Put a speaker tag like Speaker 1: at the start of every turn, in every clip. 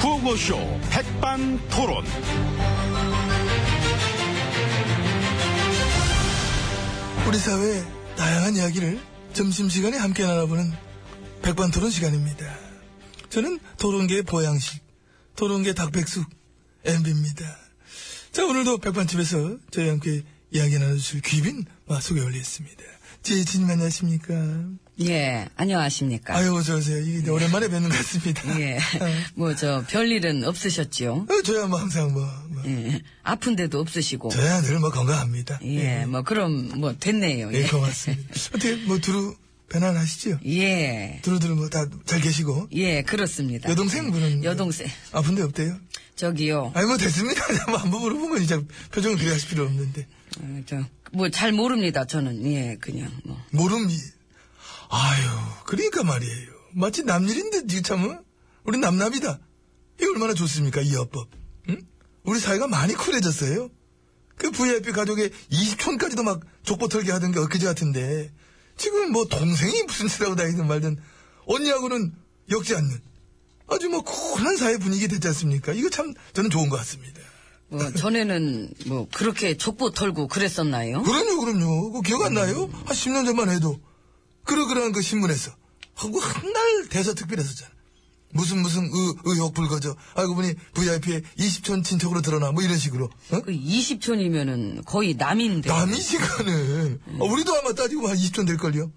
Speaker 1: 라디오쇼 백반토론.
Speaker 2: 우리 사회의 다양한 이야기를 점심시간에 함께 나눠보는 백반토론 시간입니다. 저는 토론계의 보양식, 토론계 닭백숙, MB입니다. 자, 오늘도 백반집에서 저희와 함께 이야기 나눠주실 귀빈 마, 소개 올리겠습니다. 제이진님 안녕하십니까?
Speaker 3: 예, 안녕하십니까.
Speaker 2: 아유, 어서오세요. 이게 오랜만에 뵙는 것 같습니다.
Speaker 3: 예,
Speaker 2: 어,
Speaker 3: 뭐, 저, 별일은 없으셨지요?
Speaker 2: 저야 뭐 항상 뭐, 뭐
Speaker 3: 예, 아픈데도 없으시고.
Speaker 2: 저야 늘 뭐 건강합니다.
Speaker 3: 예, 뭐, 그럼, 뭐, 됐네요.
Speaker 2: 예, 고맙습니다. 어떻게 뭐 두루 편안하시죠?
Speaker 3: 예,
Speaker 2: 두루두루 뭐 다 잘 계시고
Speaker 3: 예, 그렇습니다. 예.
Speaker 2: 여동생 분은
Speaker 3: 네. 여동생.
Speaker 2: 아픈데 없대요?
Speaker 3: 저기요.
Speaker 2: 아니 뭐 됐습니다. 한번 물어본 건 이제 표정을 그리 하실 필요 없는데
Speaker 3: 어, 저, 뭐, 잘 모릅니다, 저는. 예, 그냥, 뭐.
Speaker 2: 모름이 아유 그러니까 말이에요. 마치 남일인데 지금 참 어? 우리 남남이다. 이 얼마나 좋습니까 이 어법? 응? 우리 사회가 많이 쿨해졌어요. 그 VIP 가족의 20촌까지도 막 족보 털기 하던 게 엊그제 같은데 지금 뭐 동생이 무슨 짓하고 다니든 말든 언니하고는 역지 않는 아주 뭐 쿨한 사회 분위기 됐지 않습니까? 이거 참 저는 좋은 것 같습니다.
Speaker 3: 뭐, 전에는, 뭐, 그렇게 족보 털고 그랬었나요?
Speaker 2: 그럼요, 그럼요. 그거 기억 안 나요? 한 10년 전만 해도. 그러그러한 그 신문에서. 하고 한날 대서특필했었잖아. 무슨 무슨 의, 의혹 불거져. 알고 보니 VIP의 20촌 친척으로 드러나. 뭐 이런 식으로. 응?
Speaker 3: 그 20촌이면은 거의 남인데.
Speaker 2: 남이 시간은. 아, 우리도 아마 따지고 한 20촌 될걸요.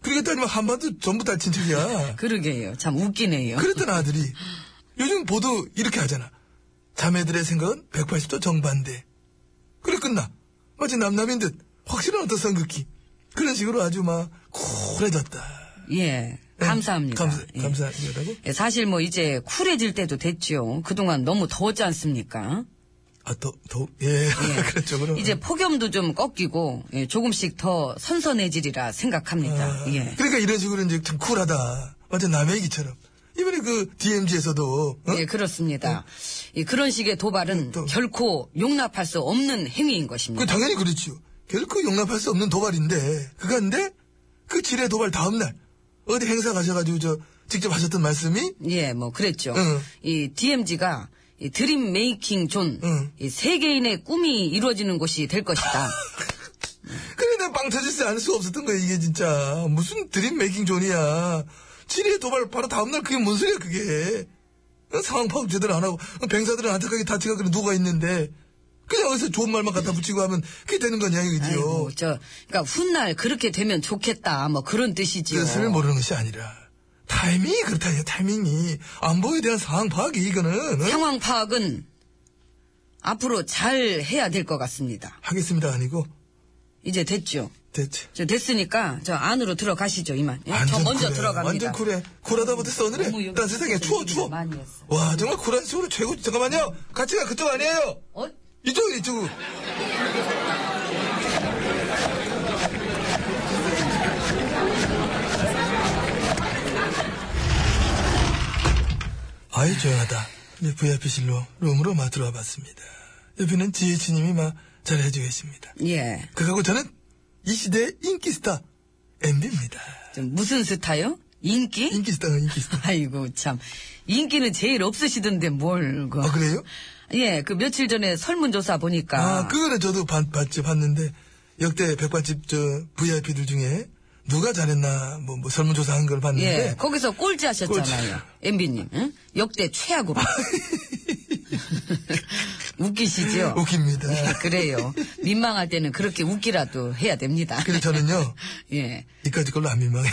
Speaker 2: 그렇게 따지면 한반도 전부 다 친척이야.
Speaker 3: 그러게요. 참 웃기네요.
Speaker 2: 그랬던 아들이. 요즘 보도 이렇게 하잖아. 자매들의 생각은 180도 정반대. 그래 끝나. 마치 남남인 듯 확실한 어떤 성극기. 그런 식으로 아주 막 쿨해졌다.
Speaker 3: 예,
Speaker 2: 네,
Speaker 3: 감사합니다.
Speaker 2: 감사,
Speaker 3: 예.
Speaker 2: 감사합니다고?
Speaker 3: 예, 사실 뭐 이제 쿨해질 때도 됐죠. 그동안 너무 더웠지 않습니까?
Speaker 2: 아, 더, 더, 예. 그런 쪽으로.
Speaker 3: 이제 폭염도 좀 꺾이고 예, 조금씩 더 선선해지리라 생각합니다.
Speaker 2: 아,
Speaker 3: 예.
Speaker 2: 그러니까 이런 식으로 이제 참 쿨하다. 완전 남의 얘기처럼. 이번에 그 DMZ에서도, 어?
Speaker 3: 예, 그렇습니다. 이 그런 식의 도발은
Speaker 2: 또-
Speaker 3: 결코 용납할 수 없는 행위인
Speaker 2: 그
Speaker 3: 것입니다.
Speaker 2: 당연히 그렇지요. 결코 용납할 수 없는 도발인데, 그간데, 그 지뢰 도발 다음날, 어디 행사 가셔가지고 저, 직접 하셨던 말씀이,
Speaker 3: 예, 뭐 그랬죠.
Speaker 2: 응.
Speaker 3: 이 DMZ가 드림 메이킹 존,
Speaker 2: 응.
Speaker 3: 이 세계인의 꿈이 이루어지는 곳이 될 것이다.
Speaker 2: 그래, 내빵 터질지 않을 수 없었던 거야, 이게 진짜. 무슨 드림 메이킹 존이야. 지뢰 도발 바로 다음날 그게 뭔 소리야, 그게. 어, 상황 파악 제대로 안 하고, 뱅사들은 안타깝게 다치가 그래 누가 있는데, 그냥 어디서 좋은 말만 갖다 붙이고 하면 그게 되는 거냐, 이거지요.
Speaker 3: 아이고, 저, 그러니까 훗날 그렇게 되면 좋겠다. 뭐 그런 뜻이지요.
Speaker 2: 뜻을 모르는 것이 아니라, 타이밍이 그렇다, 이거 타이밍이. 안보에 대한 상황 파악이, 이거는. 어?
Speaker 3: 상황 파악은 앞으로 잘 해야 될 것 같습니다.
Speaker 2: 하겠습니다, 아니고.
Speaker 3: 이제 됐죠.
Speaker 2: 됐지.
Speaker 3: 저 됐으니까 저 안으로 들어가시죠 이만. 예? 저
Speaker 2: 완전
Speaker 3: 먼저
Speaker 2: 쿨해.
Speaker 3: 들어갑니다.
Speaker 2: 완전 쿨해. 쿨하다 못해
Speaker 3: 너무
Speaker 2: 써늘해.
Speaker 3: 여기
Speaker 2: 난 세상에 추워,
Speaker 3: 여기
Speaker 2: 추워.
Speaker 3: 많이 했어.
Speaker 2: 와, 정말 쿨한 식으로 최고, 잠깐만요. 같이 가, 그쪽 아니에요.
Speaker 3: 어?
Speaker 2: 이쪽으로, 이쪽으로. 아이, 조용하다. 이제 VIP실로 룸으로 막 들어와 봤습니다. 옆에는 지혜치님이 막 잘해주고 계십니다.
Speaker 3: 예.
Speaker 2: 그거고 저는 이 시대의 인기스타, MB입니다.
Speaker 3: 좀 무슨 스타요? 인기?
Speaker 2: 인기스타가 인기스타.
Speaker 3: 아이고 참 인기는 제일 없으시던데 뭘 그.
Speaker 2: 아, 그래요?
Speaker 3: 예, 그 며칠 전에 설문조사 보니까
Speaker 2: 아, 그거는 저도 봤, 봤지, 봤는데, 역대 백반집, 저, VIP들 중에, 누가 잘했나, 뭐, 뭐 설문조사 한 걸
Speaker 3: 예,
Speaker 2: 봤는데,
Speaker 3: 거기서 꼴찌 하셨잖아요.
Speaker 2: 네. 꼴찌.
Speaker 3: 엠비님, 응? 역대 최악으로. 웃기시죠?
Speaker 2: 웃깁니다.
Speaker 3: 예, 그래요. 민망할 때는 그렇게 웃기라도 해야 됩니다.
Speaker 2: 그래서 저는요,
Speaker 3: 예,
Speaker 2: 이까지 걸로 안 민망해.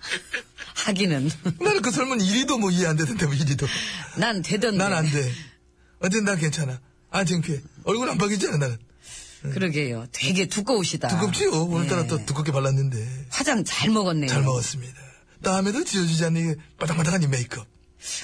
Speaker 3: 하기는.
Speaker 2: 나는 그 설문 1위도 뭐 이해 안 되던데, 뭐 1위도.
Speaker 3: 난 되던데.
Speaker 2: 난 안 돼. 어쨌든 난 괜찮아. 안 창피해. 얼굴 안 바뀌잖아, 나는.
Speaker 3: 그러게요. 되게 두꺼우시다.
Speaker 2: 두껍지요? 오늘따라
Speaker 3: 예.
Speaker 2: 또 두껍게 발랐는데.
Speaker 3: 화장 잘 먹었네요.
Speaker 2: 잘 먹었습니다. 다음에도 지워지지 않는 이 바닥바닥한 이 메이크업.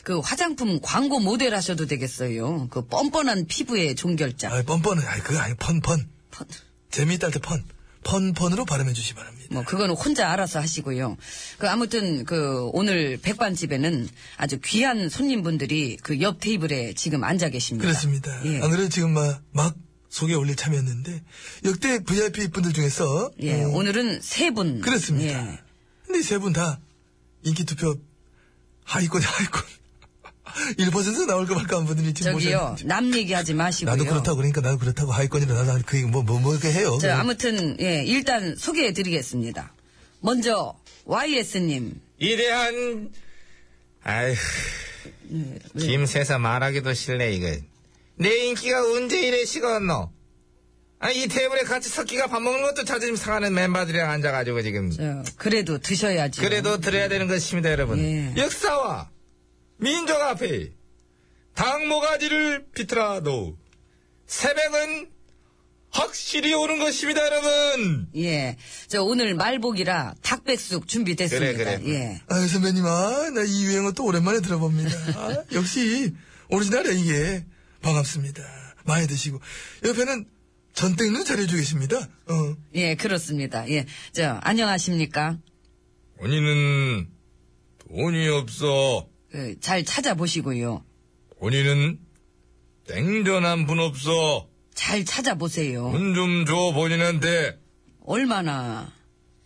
Speaker 3: 그 화장품 광고 모델 하셔도 되겠어요. 그 뻔뻔한 피부의 종결자. 뭐,
Speaker 2: 아, 뻔뻔해. 아, 그거 아니, 펀, 펀.
Speaker 3: 펀.
Speaker 2: 재미있다 할 때 펀. 펀, 펀으로 발음해 주시 기 바랍니다.
Speaker 3: 뭐 그거는 혼자 알아서 하시고요. 그 아무튼 그 오늘 백반집에는 아주 귀한 손님분들이 그 옆 테이블에 지금 앉아 계십니다.
Speaker 2: 그렇습니다. 아,
Speaker 3: 예.
Speaker 2: 안 그래도 지금 막, 막 소개 올릴 참이었는데, 역대 VIP 분들 중에서.
Speaker 3: 예,
Speaker 2: 음,
Speaker 3: 오늘은 예. 세 분.
Speaker 2: 그렇습니다.
Speaker 3: 예.
Speaker 2: 근데 세 분 다 인기 투표 하위권, 하위권. 1% 나올까 말까 한 분들이 지금
Speaker 3: 저기요,
Speaker 2: 모셨는데.
Speaker 3: 남 얘기하지 마시고요.
Speaker 2: 나도 그렇다고 그러니까 나도 그렇다고 하위권이라 나도 그 뭐 뭐 뭐 이렇게 해요.
Speaker 3: 저, 아무튼, 예, 일단 소개해 드리겠습니다. 먼저, YS님.
Speaker 4: 이대한 아휴 김세사 말하기도 싫네 이거 내 인기가 언제 이래 식었노 아 이 테이블에 같이 섞기가 밥 먹는 것도 자존심 상하는 멤버들이랑 앉아가지고 지금
Speaker 3: 저, 그래도 드셔야지.
Speaker 4: 그래도 들어야 되는 것입니다 여러분
Speaker 3: 예.
Speaker 4: 역사와 민족 앞에 당모가지를 비틀어도 새벽은 확실히 오는 것입니다 여러분
Speaker 3: 예. 저, 오늘 말복이라 닭백숙 준비됐습니다.
Speaker 4: 그래, 그래.
Speaker 3: 예.
Speaker 2: 아 선배님 아나 이 유행어 또 오랜만에 들어봅니다. 아, 역시 오리지널이야 이게 반갑습니다. 많이 드시고 옆에는 전땡도 잘해주고 계십니다. 어.
Speaker 3: 예, 그렇습니다. 예. 저, 안녕하십니까?
Speaker 4: 언니는 돈이 없어
Speaker 3: 그, 잘 찾아보시고요.
Speaker 4: 본인은 땡전 한 푼 없어.
Speaker 3: 잘 찾아보세요.
Speaker 4: 돈 좀 줘, 본인한테.
Speaker 3: 얼마나.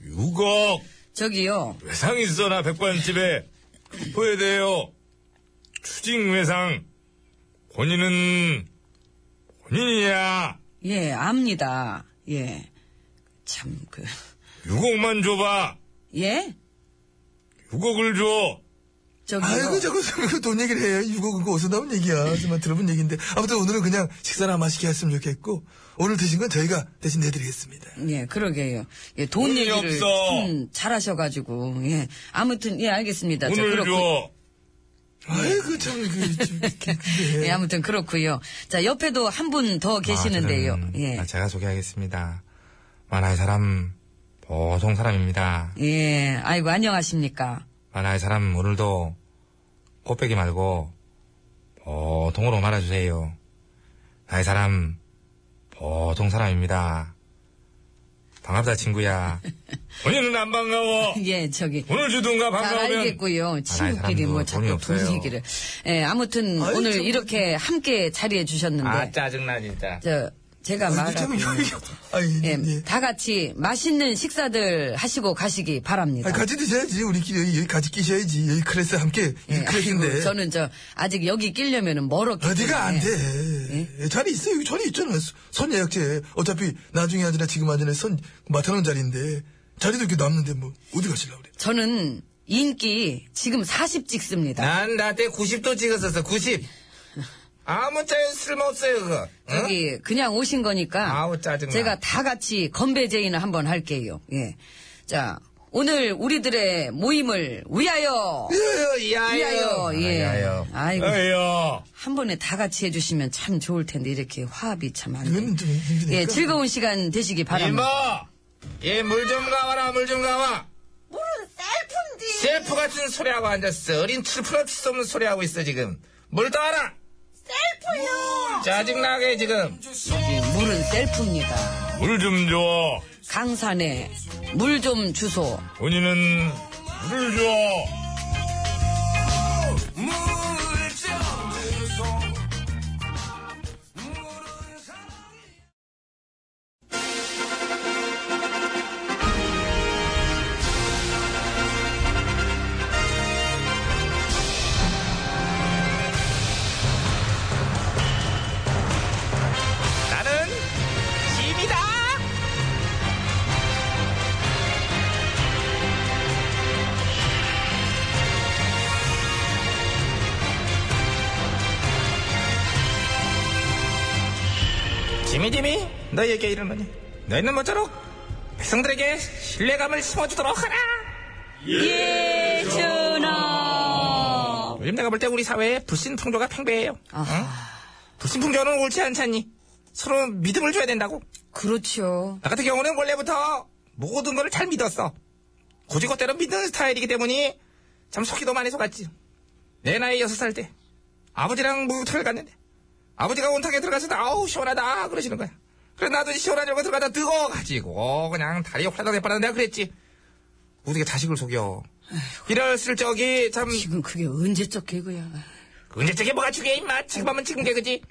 Speaker 4: 6억.
Speaker 3: 저기요.
Speaker 4: 외상 있어, 나 백반집에. 후회돼요. 추징 외상. 본인은 본인이야.
Speaker 3: 예, 압니다. 예. 참, 그,
Speaker 4: 6억만 줘봐.
Speaker 3: 예?
Speaker 4: 6억을 줘.
Speaker 3: 저기요.
Speaker 2: 아이고 자꾸 자꾸 돈 얘기를 해요. 이거 그거 어디서 나온 얘기야. 정말 들어본 얘기인데 아무튼 오늘은 그냥 식사나 맛있게 했으면 좋겠고 오늘 드신 건 저희가 대신 내드리겠습니다.
Speaker 3: 예, 그러게요. 예, 돈
Speaker 4: 돈이
Speaker 3: 얘기를
Speaker 4: 없어.
Speaker 3: 참 잘하셔가지고, 예. 아무튼, 예, 알겠습니다. 저
Speaker 4: 돈을
Speaker 3: 그렇고-
Speaker 4: 줘.
Speaker 2: 아이고 참그
Speaker 3: 예, 아무튼 그렇고요 자, 옆에도 한 분 더 계시는데요.
Speaker 4: 아, 저는,
Speaker 3: 아, 예.
Speaker 4: 아, 제가 소개하겠습니다. 만화의 사람, 보통 사람입니다.
Speaker 3: 예, 아이고, 안녕하십니까.
Speaker 4: 만화의 사람 오늘도 코빼기 말고 보통으로 말아주세요. 나의 사람 보통 사람입니다. 반갑다 친구야. 본인은 안 반가워.
Speaker 3: 예, 저기.
Speaker 4: 오늘 주든가
Speaker 3: 잘
Speaker 4: 반가우면
Speaker 3: 알겠고요. 친구끼리
Speaker 4: 사람도
Speaker 3: 뭐
Speaker 4: 돈이
Speaker 3: 자꾸 돈
Speaker 4: 없어요.
Speaker 3: 얘기를. 예, 아무튼
Speaker 2: 아이,
Speaker 3: 오늘
Speaker 2: 참.
Speaker 3: 이렇게 함께 자리해 주셨는데.
Speaker 4: 아 짜증나 진짜.
Speaker 3: 저, 제가
Speaker 2: 참
Speaker 3: 말하고.
Speaker 2: 여기 아이
Speaker 3: 예,
Speaker 2: 예.
Speaker 3: 다 같이 맛있는 식사들 하시고 가시기 바랍니다.
Speaker 2: 아 같이 드셔야지 우리끼리 여기, 여기 같이 끼셔야지 여기 클래스 함께
Speaker 3: 예,
Speaker 2: 이 클래스인데
Speaker 3: 아이고, 저는 저 아직 여기 끼려면은 멀었기
Speaker 2: 어디가 안
Speaker 3: 때문에.
Speaker 2: 돼. 자리 있어 여기 자리 있잖아. 소- 선 예약제 어차피 나중에 하지나 지금 하지나 선 맡아놓은 자리인데 자리도 이렇게 남는데 뭐 어디 가실라 그래.
Speaker 3: 저는 인기 지금 40 찍습니다.
Speaker 4: 난 나한테 90도 찍었었어 90. 아무 짜 쓸모없어요 그거. 응?
Speaker 3: 저기 그냥 오신 거니까
Speaker 4: 아우, 짜증나.
Speaker 3: 제가 다 같이 건배제의는 한번 할게요. 예. 자, 오늘 우리들의 모임을 위하여 위하여
Speaker 4: 아,
Speaker 3: 예.
Speaker 4: 야요.
Speaker 3: 아이고.
Speaker 4: 아이고.
Speaker 3: 한 번에 다 같이 해주시면 참 좋을 텐데 이렇게 화합이 참 안 돼.
Speaker 2: 이거는 좀 힘드니까.
Speaker 3: 예, 즐거운 시간 되시기
Speaker 4: 이모!
Speaker 3: 바랍니다.
Speaker 4: 얘물 좀 가와라, 물 좀 가와! 물은 셀프인데! 셀프 같은 소리하고 앉았어. 어린 출프러치 수 없는 소리하고 있어, 지금. 물도 와라! 셀프요! 짜증나게, 지금.
Speaker 3: 예, 물은 셀프입니다.
Speaker 4: 물 좀 줘.
Speaker 3: 강산에 물 좀 주소.
Speaker 4: 본인은 물 줘. 나는 짐이다! 지미 지미 너희에게 이르노니 너희는 모쪼록 백성들에게 신뢰감을 심어주도록 하라
Speaker 3: 예, 전하.
Speaker 4: 요즘 내가 볼 때 우리 사회에 불신 풍조가 팽배해요
Speaker 3: 아,
Speaker 4: 불신 풍조는 옳지 않잖니 서로 믿음을 줘야 된다고
Speaker 3: 그렇죠.
Speaker 4: 나 같은 경우는 원래부터 모든 걸 잘 믿었어 고지고대로 믿는 스타일이기 때문에 참 속기도 많이 속았지 내 나이 여섯 살 때 아버지랑 목욕탕을 갔는데 아버지가 온탕에 들어가서 아우 시원하다 그러시는 거야 그래 나도 시원하려고 들어가다 뜨거워가지고 그냥 다리 홀라당 해버렸는데 내가 그랬지 어떻게 자식을 속여 이랬을 적이 참
Speaker 3: 지금 그게 언제적 개그야.
Speaker 4: 언제적에 뭐가 중요해 임마 지금 하면 지금 개그지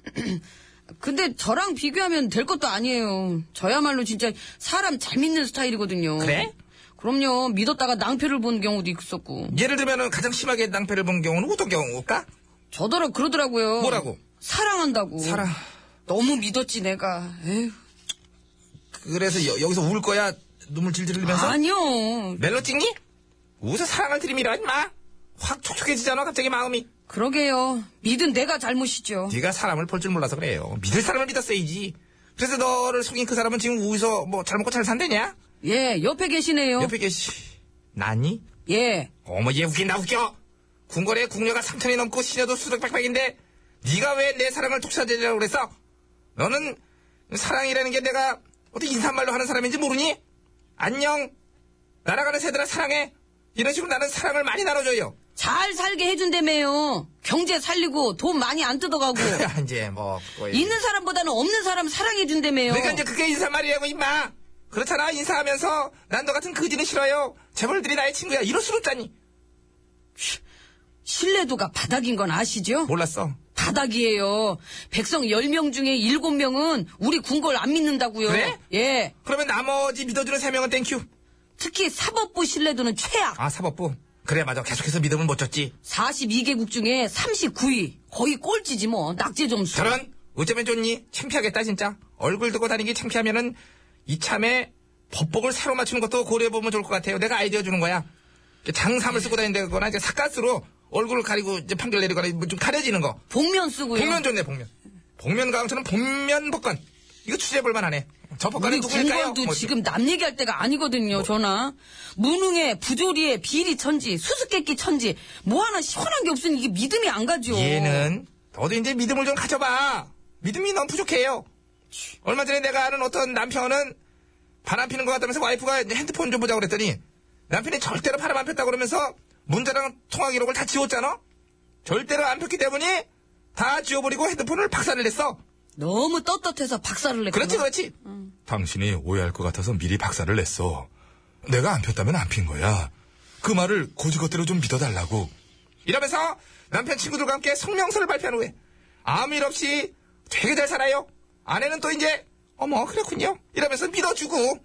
Speaker 3: 근데 저랑 비교하면 될 것도 아니에요. 저야말로 진짜 사람 잘 믿는 스타일이거든요.
Speaker 4: 그래?
Speaker 3: 그럼요. 믿었다가 낭패를 본 경우도 있었고.
Speaker 4: 예를 들면 가장 심하게 낭패를 본 경우는 어떤 경우일까?
Speaker 3: 저더러 그러더라고요.
Speaker 4: 뭐라고?
Speaker 3: 사랑한다고.
Speaker 4: 사랑.
Speaker 3: 너무 믿었지 내가. 에휴.
Speaker 4: 그래서 여, 기서울 거야? 눈물 질질 흘리면서?
Speaker 3: 아니요.
Speaker 4: 멜로 찍니? 웃어 사랑을 들이밀어, 임마! 확 촉촉해지잖아, 갑자기 마음이.
Speaker 3: 그러게요. 믿은 내가 잘못이죠.
Speaker 4: 네가 사람을 볼 줄 몰라서 그래요. 믿을 사람을 믿었어야지. 그래서 너를 속인 그 사람은 지금 우서 뭐 잘 먹고 잘 산대냐?
Speaker 3: 예, 옆에 계시네요.
Speaker 4: 옆에 계시. 나니?
Speaker 3: 예.
Speaker 4: 어머 얘 웃긴다 웃겨. 궁궐에 궁녀가 3천이 넘고 시녀도 수백 백백인데 네가 왜 내 사랑을 독차지라고 그랬어? 너는 사랑이라는 게 내가 어떻게 인사말로 하는 사람인지 모르니? 안녕. 날아가는 새들아 사랑해. 이런 식으로 나는 사랑을 많이 나눠줘요.
Speaker 3: 잘 살게 해준다며요. 경제 살리고 돈 많이 안 뜯어가고.
Speaker 4: 이제 뭐 그거에-
Speaker 3: 있는 사람보다는 없는 사람 사랑해준다며요.
Speaker 4: 그러니까 이제 그게 인사말이라고 임마 그렇잖아 인사하면서 난 너 같은 거지는 싫어요 재벌들이 나의 친구야 이럴 수 없다니
Speaker 3: 신뢰도가 바닥인 건 아시죠?
Speaker 4: 몰랐어
Speaker 3: 바닥이에요. 백성 10명 중에 7명은 우리 군걸 안 믿는다고요.
Speaker 4: 그래?
Speaker 3: 예.
Speaker 4: 그러면 나머지 믿어주는 세 명은 땡큐
Speaker 3: 특히 사법부 신뢰도는 최악.
Speaker 4: 아 사법부 그래 맞아 계속해서 믿음을 못 줬지
Speaker 3: 42개국 중에 39위. 거의 꼴찌지 뭐. 낙제 점수.
Speaker 4: 저런 어쩌면 좋니 창피하겠다 진짜 얼굴 두고 다니기 창피하면은 이참에 법복을 새로 맞추는 것도 고려해보면 좋을 것 같아요 내가 아이디어 주는 거야 장삼을 쓰고 다닌다거나 이제 삿갓으로 얼굴을 가리고 이제 판결 내리거나 뭐좀 가려지는 거
Speaker 3: 복면 쓰고요.
Speaker 4: 복면 좋네 복면 복면 가왕처럼 복면 복권 이거 취재해볼만 하네 저 복권이
Speaker 3: 우리
Speaker 4: 누구일까요?
Speaker 3: 군걸도
Speaker 4: 뭐,
Speaker 3: 그 지금 남 얘기할 때가 아니거든요, 전화. 무능에, 부조리에, 비리 천지, 수수께끼 천지, 뭐 하나 시원한 게 없으니 이게 믿음이 안 가죠.
Speaker 4: 얘는 너도 이제 믿음을 좀 가져봐 믿음이 너무 부족해요 얼마 전에 내가 아는 어떤 남편은 바람 피는 것 같다면서 와이프가 이제 핸드폰 좀 보자고 그랬더니 남편이 절대로 바람 안 폈다고 그러면서 문자랑 통화 기록을 다 지웠잖아 절대로 안 폈기 때문에 다 지워버리고 핸드폰을 박살을 냈어
Speaker 3: 너무 떳떳해서 박살을 냈구나.
Speaker 4: 그렇지 그렇지
Speaker 2: 당신이 오해할 것 같아서 미리 박사를 냈어. 내가 안 폈다면 안 핀 거야. 그 말을 고지것대로 좀 믿어달라고.
Speaker 4: 이러면서 남편 친구들과 함께 성명서를 발표한 후에 아무 일 없이 되게 잘 살아요. 아내는 또 이제 어머 그렇군요. 이러면서 믿어주고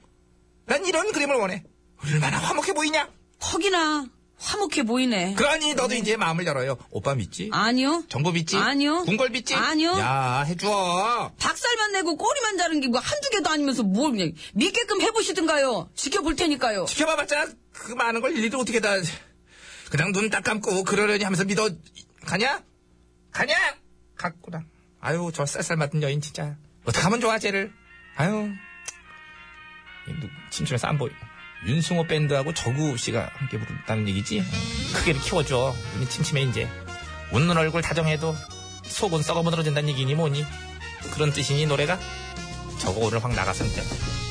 Speaker 4: 난 이런 그림을 원해. 얼마나 화목해 보이냐?
Speaker 3: 턱이나 화목해 보이네.
Speaker 4: 그러니 너도 이제 마음을 열어요. 오빠 믿지?
Speaker 3: 아니요.
Speaker 4: 정보 믿지?
Speaker 3: 아니요.
Speaker 4: 궁궐 믿지?
Speaker 3: 아니요.
Speaker 4: 야 해줘.
Speaker 3: 박살만 내고 꼬리만 자른 게 뭐 한두 개도 아니면서 뭘 그냥 믿게끔 해보시든가요. 지켜볼 테니까요.
Speaker 4: 지켜봐봤자 그 많은 걸 일일이 어떻게 다 그냥 눈 딱 감고 그러려니 하면서 믿어 가냐? 가냐? 갔구나. 아유 저 쌀쌀 맞은 여인 진짜 어떻게 하면 좋아 쟤를? 아유 이 누- 심심해서 안 보이. 윤승호 밴드하고 저구 씨가 함께 부른다는 얘기지? 어, 크게 키워줘. 눈이 침침해 이제. 웃는 얼굴 다정해도 속은 썩어 무너진다는 얘기니 뭐니? 그런 뜻이니 노래가? 저거 오늘 확 나갔을 때.